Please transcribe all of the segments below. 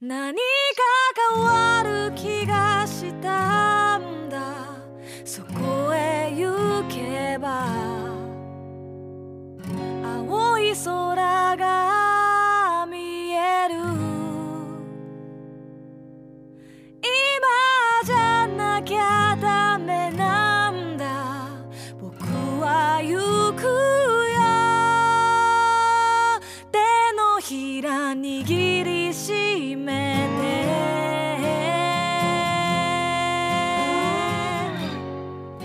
何か変わる気がしたんだそこへ行けば青い空が見える今じゃなきゃダメなんだ僕は行くよ手のひら握りしめて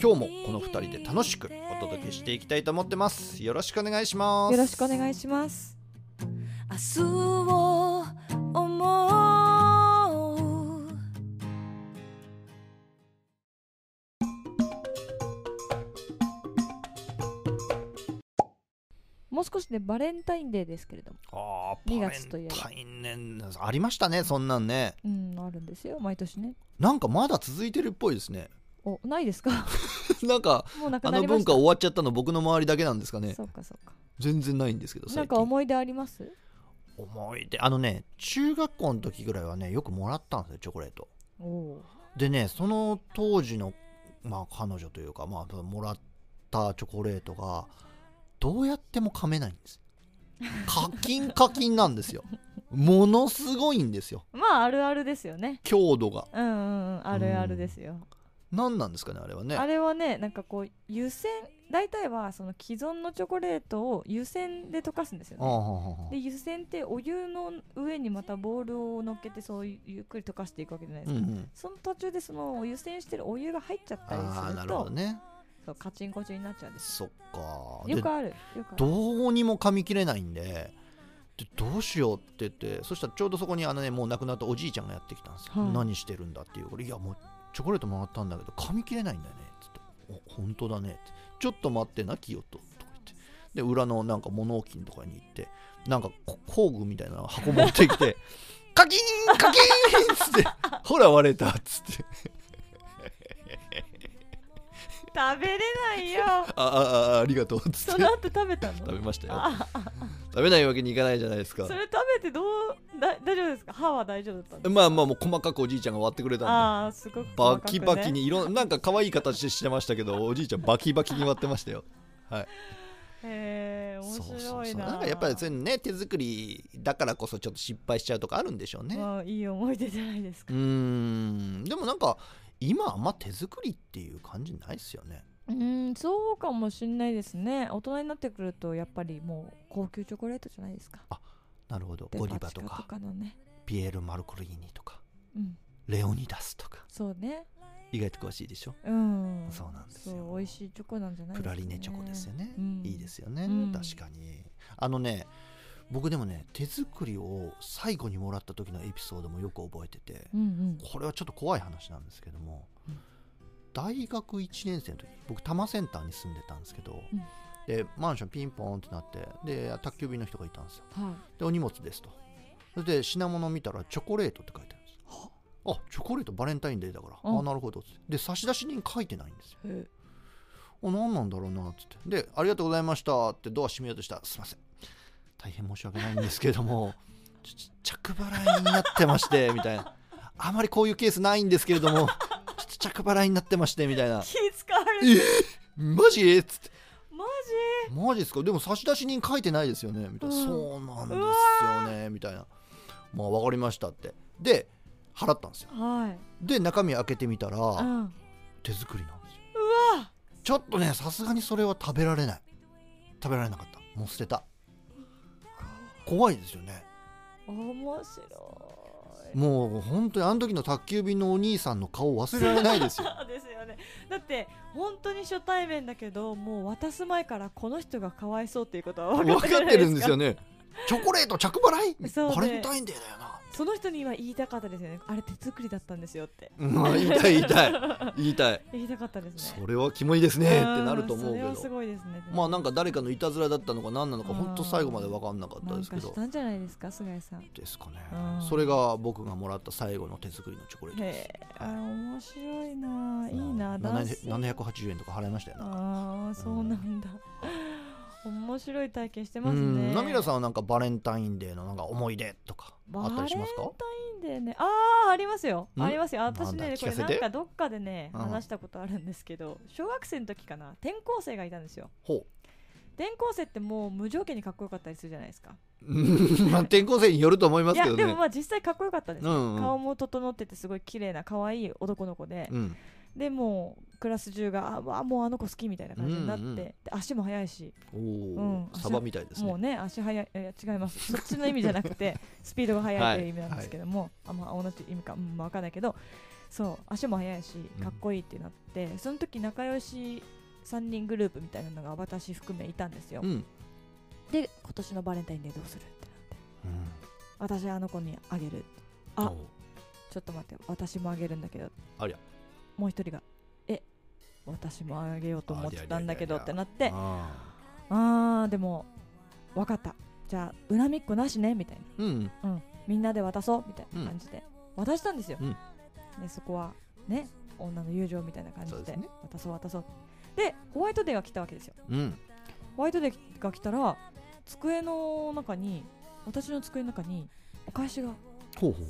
今日もこの2人で楽しくお届けしていきたいと思ってますよろしくお願いしますよろしくお願いします。明日を思うもう少しでバレンタインデーですけれども、ああ2月といえばバレンタインねありましたねそんなんねうん、あるんですよ、毎年ね。なんかまだ続いてるっぽいです ねお、ないですかなんか もうなくあなのりま文した。化終わっちゃったの僕の周りだけなんですかねそうかそうか。全然ないんですけどな最んか近思い出あります思い出あのね中学校の時ぐらいはねよくもらったんですよチョコレートおおでねその当時のまあ彼女というかまあもらったチョコレートがどうやっても噛めないんです課金課金なんですよものすごいんですよー。まあ、あるあるですよね。強度がうんうんうん、あるあるですよ。何なんですかねあれはねあれはね、なんかこう、湯煎、大体はその既存のチョコレートを湯煎で溶かすんですよああはね。あはあはあで湯煎ってお湯の上にまたボールを乗っけてそういうゆっくり溶かしていくわけじゃないですうんか、うん、その途中でその湯煎してるお湯が入っちゃったりああすなるるほとどねそうカチンコチンになっちゃうんですそっかよでくあるよくあるどうにも噛み切れないんででどうしようって言ってそしたらちょうどそこにあのねもう亡くなったおじいちゃんがやってきたんですよ、はい何してるんだっていうからいやもうチョコレートもらったんだけど噛み切れないんだよねっつって「お本当だね」って「ちょっと待ってな清人」とか言ってで裏のなんか物置のとかに行ってなんかこ工具みたいな箱持 ってきて「カキーンカキーン!」っつって「ほら割れた」っつって食べれないよ 「あああありがとう」っつっそての後食べたの食べましたよああ食べないわけにいかないじゃないですかそれ食べてどうだ大丈夫ですか歯は大丈夫だったんですまあまあもう細かくおじいちゃんが割ってくれたんでああすごく細バかくキねバキにいろんなんか可愛い形でしてましたけ どおじいちゃんバキバキに割ってましたよ。はい、へえ面白いななんかやっぱりそういうのね手作りだからこそちょっと失敗しちゃうとかあるんでしょうね。まあ、いい思い出じゃないですうかーんでもなんか今あんま手作りっていう感じないですよね。 うんそうかもしんないですね大人になってくるとやっぱりもう高級チョコレートじゃないですかなるほどゴディバとデパ地下かとかのねピエール・マルコリーニとかうんレオニダスとかそうね意外と詳しいでしょ。うんそうなんですよそう美味しいチョコなんじゃないプですラか、ね、リネチョコですよね、うんいいですよね、うん確かにあのね僕でもね手作りを最後にもらった時のエピソードもよく覚えてて、うんうんこれはちょっと怖い話なんですけども、うん大学1年生の時僕多摩センターに住んでたんですけど、うんでマンションピンポーンってなってで宅急便の人がいたんですよはいでお荷物ですとそれで品物見たらチョコレートって書いてあるんですあチョコレートバレンタインデーだから、うんあなるほどっつってで差出人書いてないんですよへえお何なんだろうなっつってで「ありがとうございました」ってドア閉めようとしたら「すいません大変申し訳ないんですけれども ちょちょ着払いになってまして」 みたいな「あまりこういうケースないんですけれどもちょ っと着払いになってまして」みたいな気使われ「えるマジ?」っつってマ「マジですかでも差出人書いてないですよね」みたいな「うんそうなんですよね」みたいな「まあ分かりました」ってで払ったんですよジはいで中身開けてみたら、うん手作りなんですようわちょっとねさすがにそれは食べられない食べられなかったもう捨てた怖いですよね面白いもう本当にあの時の宅急便のお兄さんの顔忘れられないです よそうですよねだって本当に初対面だけどもう渡す前からこの人がかわいそうっていうことは分分かかってってるるんんでですすよよねチョコレート着払いそうねバレンタインデーだよなその人には言いたかったですよねあれ手作りだったんです よってうん言いたい言いたい言いたい言いたかったですねそれはキモいですねってなると思うけんそれはすどごいですねまあなんか誰かのいたずらだったのか何なのかうん本当最後まで分かんなかったなんですけかしどたんじゃないですか菅井さんへですかねうんそれが僕がもらった最後の手作りのチョコレートですえあ面白いないいななな男性780円とか払いましたよなああそうなんだ、面白い体験してますうんねナミラさんはなんかバレンタインデーのなんか思い出とかあったりしますかバレンタインデーねああありますよんありますよな私んだねこ聞かれせてなんかどっかでねうん話したことあるんですけど小学生の時かな転校生がいたんですよほ転校生ってもう無条件にかっこよかったりするじゃないですかううん まあ転校生によると思いまいすけやどでもねまあ実際かっこよかったですうよんうん顔も整っててすごい綺麗な可愛い男の子で、うんでもうクラス中があわあもうあの子好きみたいな感じになって、うんうんで足も速いしおうんおサバみたいですもうねね足速いいやいや違いますそっちの意味じゃなくてスピードが速いという意味なんですけども、あまあ同じ意味か、うん、分かんないけどそう足も速いしうんかっこいいってなって、その時仲良し3人グループみたいなのが私含めいたんですよ、うんで今年のバレンタインデーどうするってうんなって私はあの子にあげるあおうちょっと待って私もあげるんだけどありゃもう一人がえ私もあげようと思ってたんだけどありっゃてなってああーでも分かったじゃあ恨みっこなしねみたいなーうんみんなで渡そうみたいな感じで渡したんですよ、うんでそこはね女の友情みたいな感じそうでですね渡そう渡そうでホワイトデーが来たわけですようんホワイトデーが来たら机の中に私の机の中にお返しがほうほう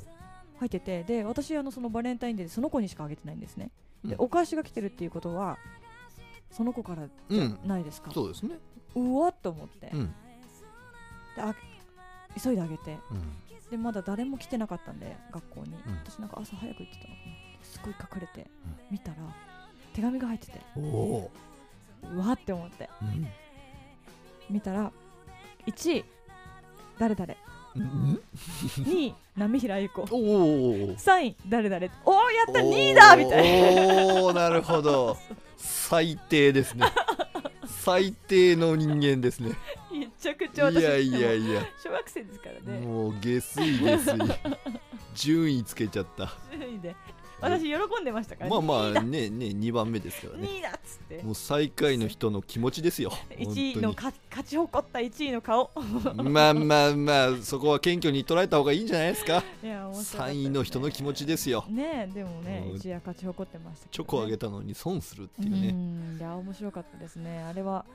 入っててで私あのそのバレンタインデーでその子にしかあげてないんですね、うんでお返しが来てるっていうことはその子からうんないですかそうですねうわっと思って、うんであ急いであげてうんでまだ誰も来てなかったんで学校に、うん私なんか朝早く行ってたのかなすごい隠れて、見たら手紙が入ってておおうわって思ってーうん見たら1位 誰々2位波平優子おお3位誰々おおやった2位だみたいななおおなるほど最低ですね最低の人間ですねめちゃくいちゃ私やいやいや小学生ですからねもう下水下水順位つけちゃった順位で 私喜んでましたからまあま2位あだねね2番目ですからね2位だっつってもう最下位の人の気持ちですよ本1位のか勝ち誇った1位の顔 当にまあまあまあそこは謙虚に捉えた方がいいんじゃないですかいや面白かったですね3位の人の気持ちですよねえでもねうん一夜勝ち誇ってましたけどねチョコあげたのに損するっていううねんいや面白かったですねあれは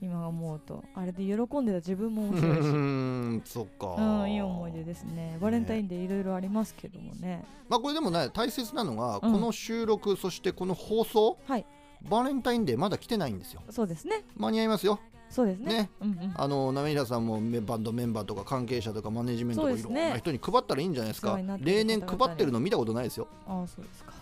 今思うとあれで喜んでた自分も面白いしんそっか うんいい思い出ですねバレンタインでいろいろありますけどもねまあこれでもね大切なのが、うんこの収録そしてこの放送、はいバレンタインデーまだ来てないんですよそうですね間に合いますよそうですねねうんうんあの滑平さんもメバンドメンバーとか関係者とかマネジメントとそかういですろんねな人に配ったらいいんじゃないですおか世話になってる例年方配々にってるの見たことないですよああそうですか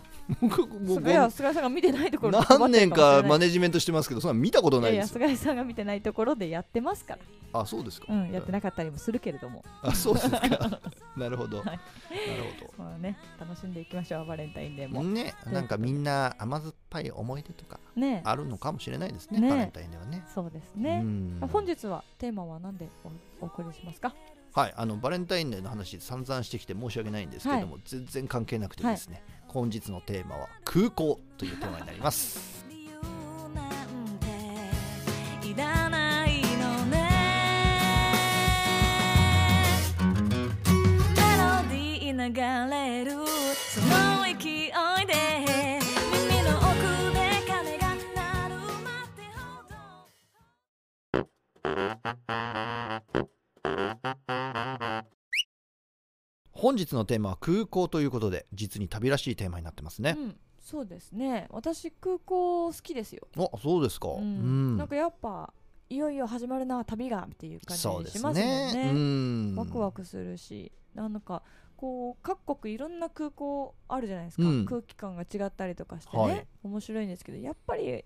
僕もうすいや菅井さんが見てないところで何年か配マってるもしれないネジメントしてますけどそんなの見たこといなやいいでやすよ菅井さんが見てないところでやってますからあそうですか、うんやってなかったりもするけれどもあそうです かなるほど、いなるほまあね楽しんでいきましょうバレンタインデーどもねなんかみんな甘酸っぱい思い出とかねえあるのかもしれないですねねバレンタインデーはねそうですねうん本日はテーマは何でおお送りしますかはい、あのバレンタインデーの話散々してきて申し訳ないんですけれども、全然関係なくてですね、本日のテーマは空港というテーマになります。 理由なんていらないのねメロディー流れるその勢いで耳の奥で鐘が鳴るまでほど本日のテーマは空港ということで、実に旅らしいテーマになってますねう。ん、そうですね私空港好きですよ、あ、そうですか。ううんん、なんかやっぱいよいよ始まるな旅がっていう感じそうにでしすますもんねね。うん、ワクワクするしなんかこう各国いろんな空港あるじゃないですか、うん空気感が違ったりとかしてね、はい面白いんですけどやっぱり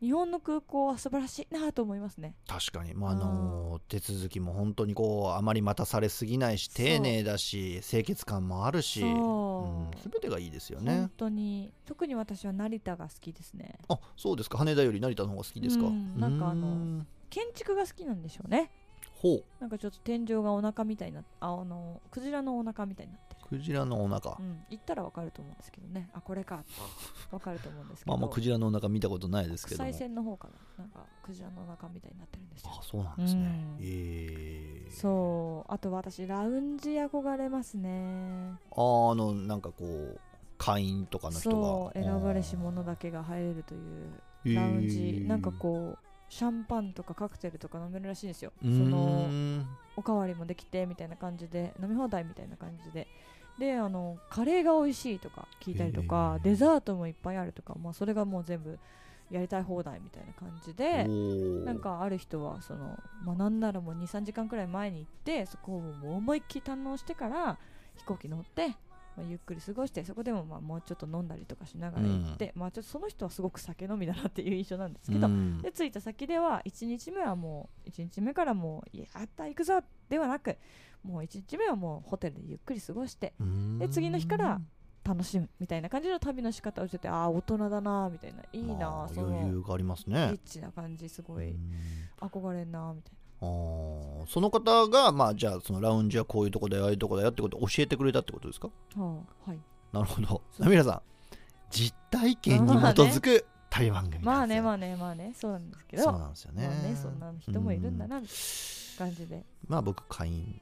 日本の空港は素晴らしいなと思いますね確かに、まああのー手続きも本当にこうあまり待たされすぎないし、そう丁寧だし、清潔感もあるし、そうすべてがいいですよね本。当に特に私は成田が好きですねあ、そうですか。羽田より成田の方が好きですか。うんなんかあのうん建築が好きなんでしょうねほうなんかちょっと天井がお腹みたいになああのクジラのお腹みたいになってる、クジラのお腹、うん、行ったらわかると思うんですけどねあこれかって わかると思うんですけまどあもうクジラのお腹見たことないですけども国際線の方かななんかクジラのお腹みたいになってるんですよあそうなんですね、うんええそうあと私ラウンジ憧れますねああのなんかこう会員とかの人がそう選ばれしもの者だけが入れるというラウンジなんかこうシャンパンとかカクテルとか飲めるらしいんですようそーのんおかわりもできてみたいな感じで飲み放題みたいな感じでであのカレーが美味しいとか聞いたりとかへーデザートもいっぱいあるとか、まあ、それがもう全部やりたい放題みたいな感じでおーなんかある人はその、まあ、なんならもう23時間くらい前に行ってそこをもう思いっきり堪能してから飛行機乗って、まあ、ゆっくり過ごしてそこでもまあもうちょっと飲んだりとかしながら行って、まあ、ちょっとその人はすごく酒飲みだなっていう印象なんですけど、うんで着いた先では1日目はもう1日目からもうやった行くぞではなくもう1日目はもうホテルでゆっくり過ごしてうーんで次の日から楽しむみたいな感じの旅の仕方をしててああ大人だなーみたいないいまなあーそ余の裕がありますリねッチな感じすうごいん憧れんなーみたいなあーその方がまあじゃあそのラウンジはこういうとこだよああいうとこだよってことを教えてくれたってことですかはあはい、なるほどそうナミラさん実体験に基づく旅番組まなあんですねよまあねまあねそうなんですけどそうなんですよね,、まあねそんな人もいるんだなみたいな感じでまあ僕会員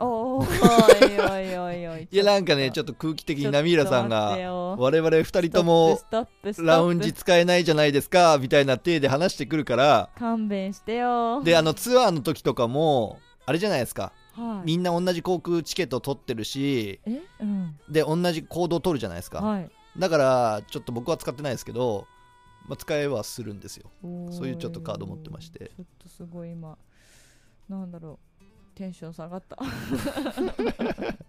おーおーおいおいおいおいいやなんかねちょっっと空気的にナミラさんが2我々二人ともラウンジ使えないじゃないですかみたいな体で話してくるから勘弁してよであのツアーの時とかもあれじゃないですかはいみんな同じ航空チケット取ってるしえうんで同じ行動取るじゃないですかはいだからちょっと僕は使ってないですけど、まあ、使えはするんですよおそういうちょっとカード持ってましてちょっとすごい今なんだろうテンション下がった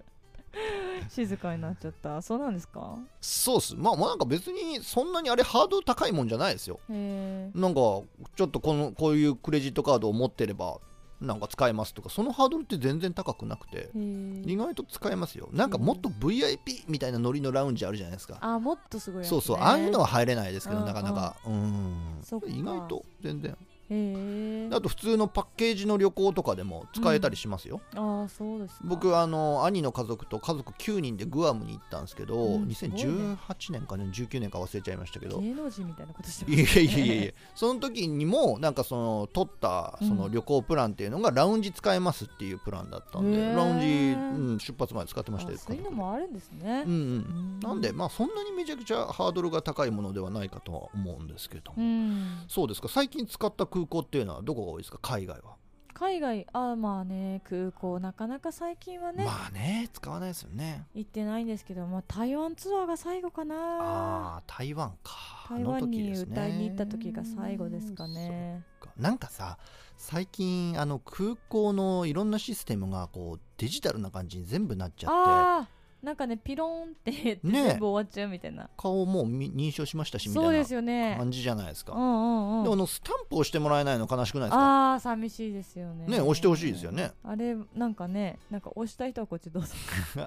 静かになっちゃったそうなんですかそうっすまあまあなんか別にそんなにあれハードル高いもんじゃないですよへえなんかちょっとこのこういうクレジットカードを持ってればなんか使えますとかそのハードルって全然高くなくてへー意外と使えますよなんかもっと VIP みたいなノリのラウンジあるじゃないですかあもっとすごいやつねそうそうああいうのは入れないですけどうんなかなかうんそっか意外と全然へえあと普通のパッケージの旅行とかでも使えたりしますよ、ああそうですか僕あの兄の家族と家族9人でグアムに行ったんですけど、うん2018年かね19年か忘れちゃいましたけど芸能人みたいなことしていやいやいやいやその時にもなんかその取ったそのうん旅行プランっていうのがラウンジ使えますっていうプランだったんで、へーラウンジ、うん、出発前使ってましたあよそういうのもあるんですねうんうんうなんでまあそんなにめちゃくちゃハードルが高いものではないかとは思うんですけども、うんそうですか最近使った空港っていうのはどこが多いですか海外は、海外あまあね空港なかなか最近はね、まあね使わないですよね行ってないんですけど、まあ、台湾ツアーが最後かあなあー台湾か台湾あの時にですね歌いに行った時が最後ですかねそっかなんかさ最近あの空港のいろんなシステムがこうデジタルな感じに全部なっちゃってああなんかねピローンって言ってねえ全部終わっちゃうみたいな、顔もみ認証しましたしみたそうでいすよねな感じじゃないですか、うんうんでうあんのスタンプをしてもらえないの悲しくないですかああ寂しいですよねね押してほしいですよね あれなんかねなんか押したい人はこっちどうぞ、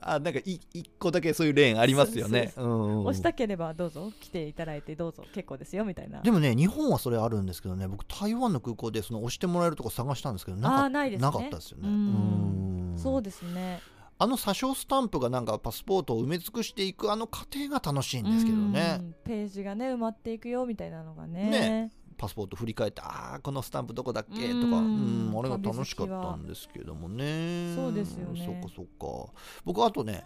あなんかい一個だけそういうレーンありますよねうんうんうん押したければどうぞ来ていただいてどうぞ結構ですよみたいなでもね日本はそれあるんですけどね僕台湾の空港でその押してもらえるとこ探したんですけどなあかあないですねなかったですよねううんんそうですねあの詐称スタンプがなんかパスポートを埋め尽くしていくあの過程が楽しいんですけどね、うんページがね埋まっていくよみたいなのがねねパスポート振り返ってああこのスタンプどこだっけとかううんんあれが楽しかったんですけどもねそうですよねそっかそっか僕あとね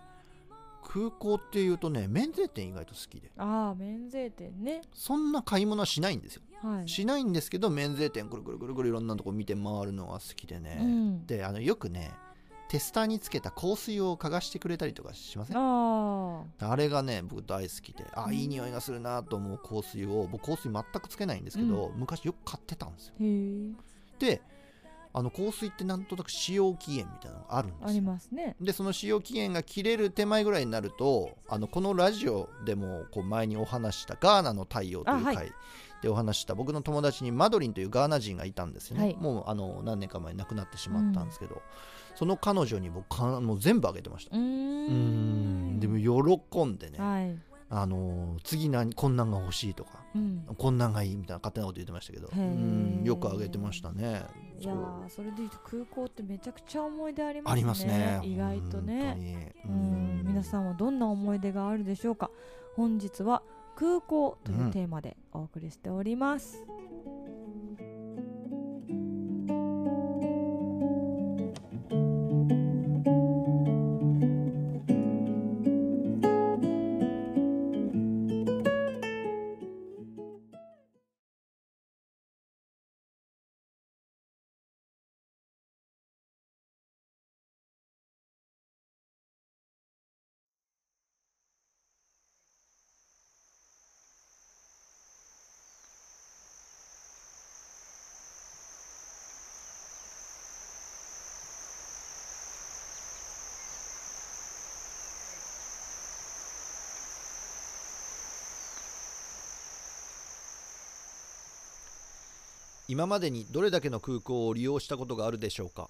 空港っていうとね免税店意外と好きでああ免税店ねそんな買い物はしないんですよはいしないんですけど免税店ぐるぐるぐるぐるいろんなとこ見て回るのが好きでね、うんであのよくねテスターにつけた香水を嗅がしてくれたりとかしませんああれがね僕大好きであうんいい匂いがするなと思う香水を僕香水全くつけないんですけど、昔よく買ってたんですよあへえであの香水ってなんとなく使用期限みたいなのがあるんであすりよますねでその使用期限が切れる手前ぐらいになるとあのこのラジオでもこう前にお話ししたガーナの太陽というあはい回でお話しした僕の友達にマドリンというガーナ人がいたんですよね、はいもうあの何年か前に亡くなってしまったんですけど、その彼女に僕かもう全部あげてましたうーんうーんでも喜んでねはいあのー次何こんなんが欲しいとかうん、こんなんがいいみたいな勝手なこと言ってましたけどへうーんよくあげてましたねいやーそれで言うと空港ってめちゃくちゃ思い出ありますねありますね意外とね本当うにん皆さんはどんな思い出があるでしょうか本日は空港というテーマでお送りしております、今までにどれだけの空港を利用したことがあるでしょうか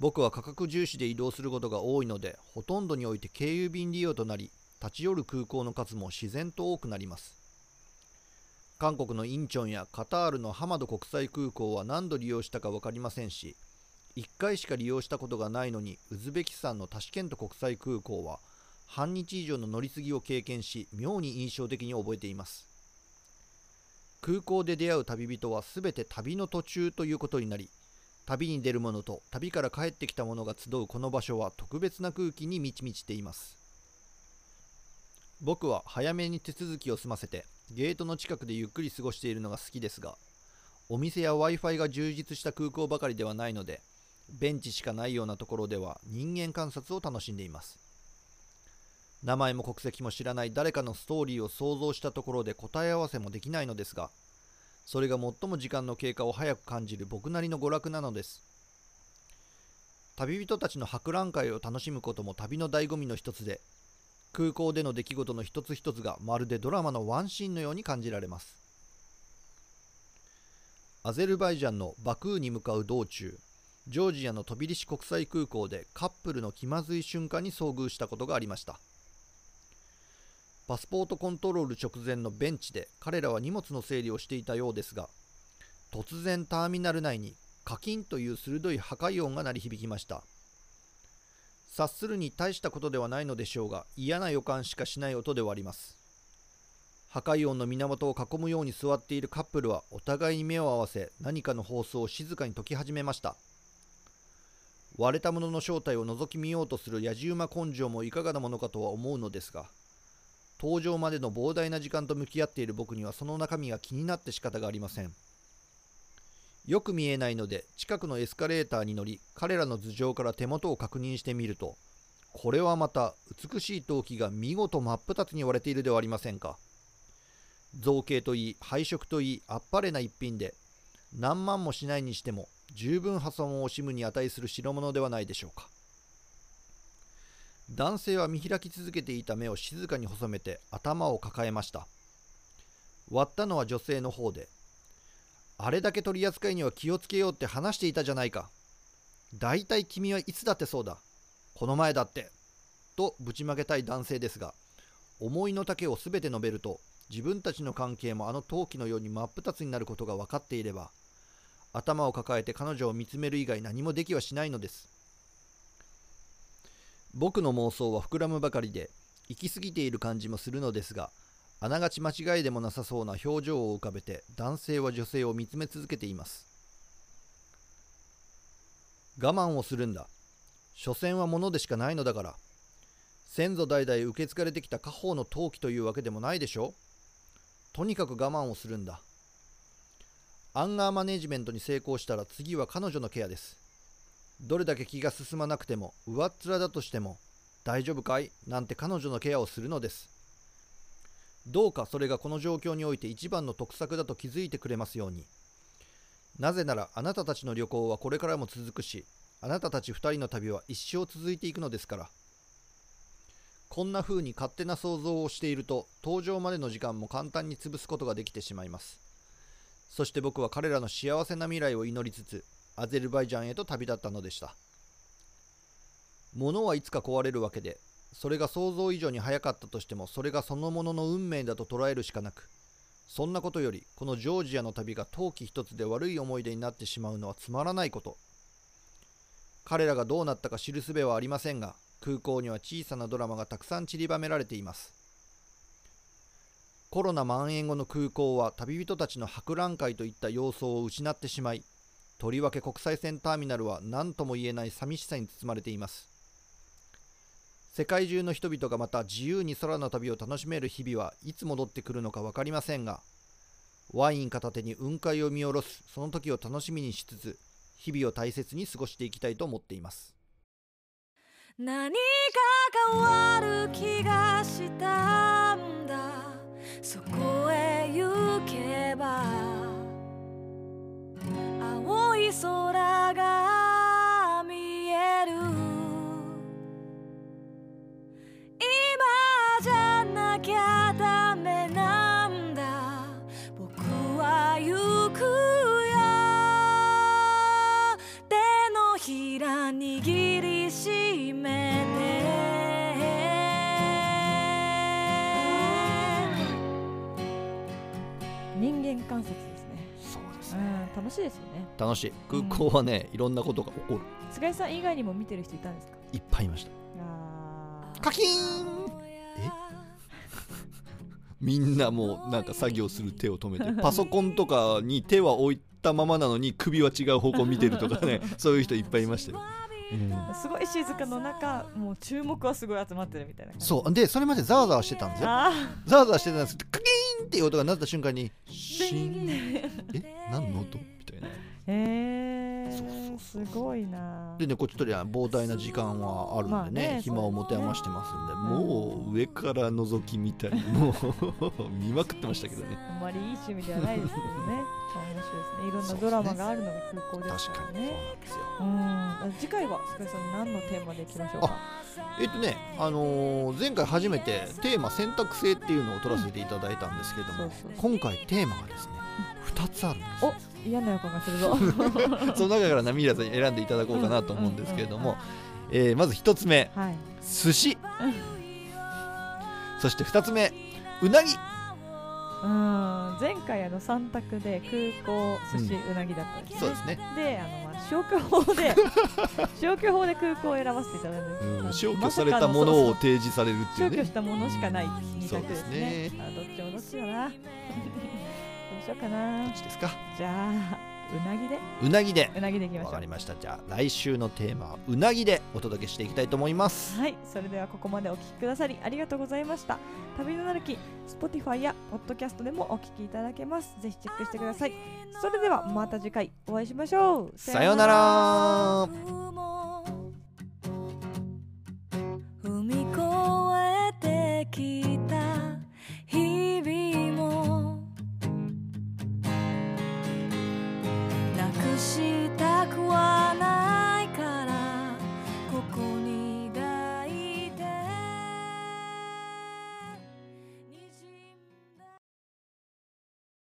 僕は価格重視で移動することが多いのでほとんどにおいて経由便利用となり立ち寄る空港の数も自然と多くなります韓国のインチョンやカタールのハマド国際空港は何度利用したか分かりませんし1回しか利用したことがないのにウズベキスタンのタシケント国際空港は半日以上の乗り継ぎを経験し妙に印象的に覚えています空港で出会う旅人は全て旅の途中ということになり旅に出る者と旅から帰ってきた者が集うこの場所は特別な空気に満ち満ちています僕は早めに手続きを済ませてゲートの近くでゆっくり過ごしているのが好きですがお店や w i f i が充実した空港ばかりではないのでベンチしかないようなところでは人間観察を楽しんでいます名前も国籍も知らない誰かのストーリーを想像したところで答え合わせもできないのですがそれが最も時間の経過を早く感じる僕なりの娯楽なのです旅人たちの博覧会を楽しむことも旅の醍醐味の一つで空港での出来事の一つ一つがまるでドラマのワンシーンのように感じられますアゼルバイジャンのバクーに向かう道中ジョージアの飛びリシ国際空港でカップルの気まずい瞬間に遭遇したことがありましたパスポートコントロール直前のベンチで彼らは荷物の整理をしていたようですが突然ターミナル内にカキンという鋭い破壊音が鳴り響きました察するに大したことではないのでしょうが嫌な予感しかしない音ではあります破壊音の源を囲むように座っているカップルはお互いに目を合わせ何かの放送を静かに解き始めました割れたものの正体を覗き見ようとするやじ馬根性もいかがなものかとは思うのですが登場までの膨大な時間と向き合っている僕にはその中身が気になって仕方がありませんよく見えないので近くのエスカレーターに乗り彼らの頭上から手元を確認してみるとこれはまた美しい陶器が見事真っ二つに割れているではありませんか造形といい配色といいあっぱれな一品で何万もしないにしても十分破損を惜しむに値する代物ではないでしょうか男性は見開き続けていた目を静かに細めて頭を抱えました割ったのは女性の方であれだけ取り扱いには気をつけようって話していたじゃないかだいたい君はいつだってそうだこの前だってとぶちまけたい男性ですが思いの丈をすべて述べると自分たちの関係もあの陶器のように真っ二つになることが分かっていれば頭を抱えて彼女を見つめる以外何もできはしないのです僕の妄想は膨らむばかりで行き過ぎている感じもするのですがあながち間違いでもなさそうな表情を浮かべて男性は女性を見つめ続けています我慢をするんだ所詮は物でしかないのだから先祖代々受け継がれてきた家宝の陶器というわけでもないでしょとにかく我慢をするんだアンガーマネジメントに成功したら次は彼女のケアですどれだけ気が進まなくても上っ面だとしても大丈夫かいなんて彼女のケアをするのですどうかそれがこの状況において一番の得策だと気づいてくれますようになぜならあなたたちの旅行はこれからも続くしあなたたち二人の旅は一生続いていくのですからこんな風に勝手な想像をしていると登場までの時間も簡単に潰すことができてしまいますそして僕は彼らの幸せな未来を祈りつつアゼルバイジャンへと旅立ったのでした物はいつか壊れるわけでそれが想像以上に早かったとしてもそれがそのものの運命だと捉えるしかなくそんなことよりこのジョージアの旅が陶器一つで悪い思い出になってしまうのはつまらないこと彼らがどうなったか知る術はありませんが空港には小さなドラマがたくさん散りばめられていますコロナ蔓延後の空港は旅人たちの博覧会といった様相を失ってしまいとりわけ国際線ターミナルは何とも言えない寂しさに包まれています世界中の人々がまた自由に空の旅を楽しめる日々はいつ戻ってくるのか分かりませんがワイン片手に雲海を見下ろすその時を楽しみにしつつ日々を大切に過ごしていきたいと思っています何か変わる気がしたんだそこへ行けば青い空が見える今じゃなきゃダメなんだ僕は行くよ手のひら握りしめて人間観察ですねそうですうん楽しいですよね楽しい空港はねいろんなことが起こる菅井さん以外にも見てる人いたんですかいっぱいいましたあーカキーンみんなもうなんか作業する手を止めてパソコンとかに手は置いたままなのに首は違う方向見てる とか ねそういう人いっぱいいましたようんすごい静かの中もう注目はすごい集まってるみたいな感じそうでそれまでざわざわしてたんですよあざわざわしてたんですけどクキーンっていう音が鳴った瞬間にシーンえ何の音みたいなーへえそうそうそうすごいなでねこっちとりゃ膨大な時間はあるんでね,、まあね暇を持て余してますんでもう上から覗き見たりもう 見まくってましたけどねあんまりいい趣味ではないですけどね面白いですねいろんなドラマがあるのが空港で確すかからにそうねなんですようん次回は菅井さん何のテーマでいきましょうかえっとね、あのー前回初めてテーマ選択制っていうのを取らせていただいたんですけれども、そうそう今回テーマがですね2つあるんですお嫌な予感がするぞその中から波平さんに選んでいただこうかなと思うんですけれども、えーまず1つ目 はい寿司そして2つ目うなぎうん前回あの3択で空港寿司、うなぎだったんですねそうですね、であの、まあ、消去 法で消去法で空港を選ばせていただいたんですうんまあ消去されたものを提示されるっていう消去ねしたものしかない二そう択でですすねねあどっちもどっちだなどうしようかなどっちですかじゃあうなぎでうなぎでうなぎでいきましわょうかりましたじゃあ来週のテーマはうなぎでお届けしていきたいと思いますはいそれではここまでお聞きくださりありがとうございました旅のなるき Spotify や Podcast でもお聞きいただけますぜひチェックしてくださいそれではまた次回お会いしましょうさようならうわ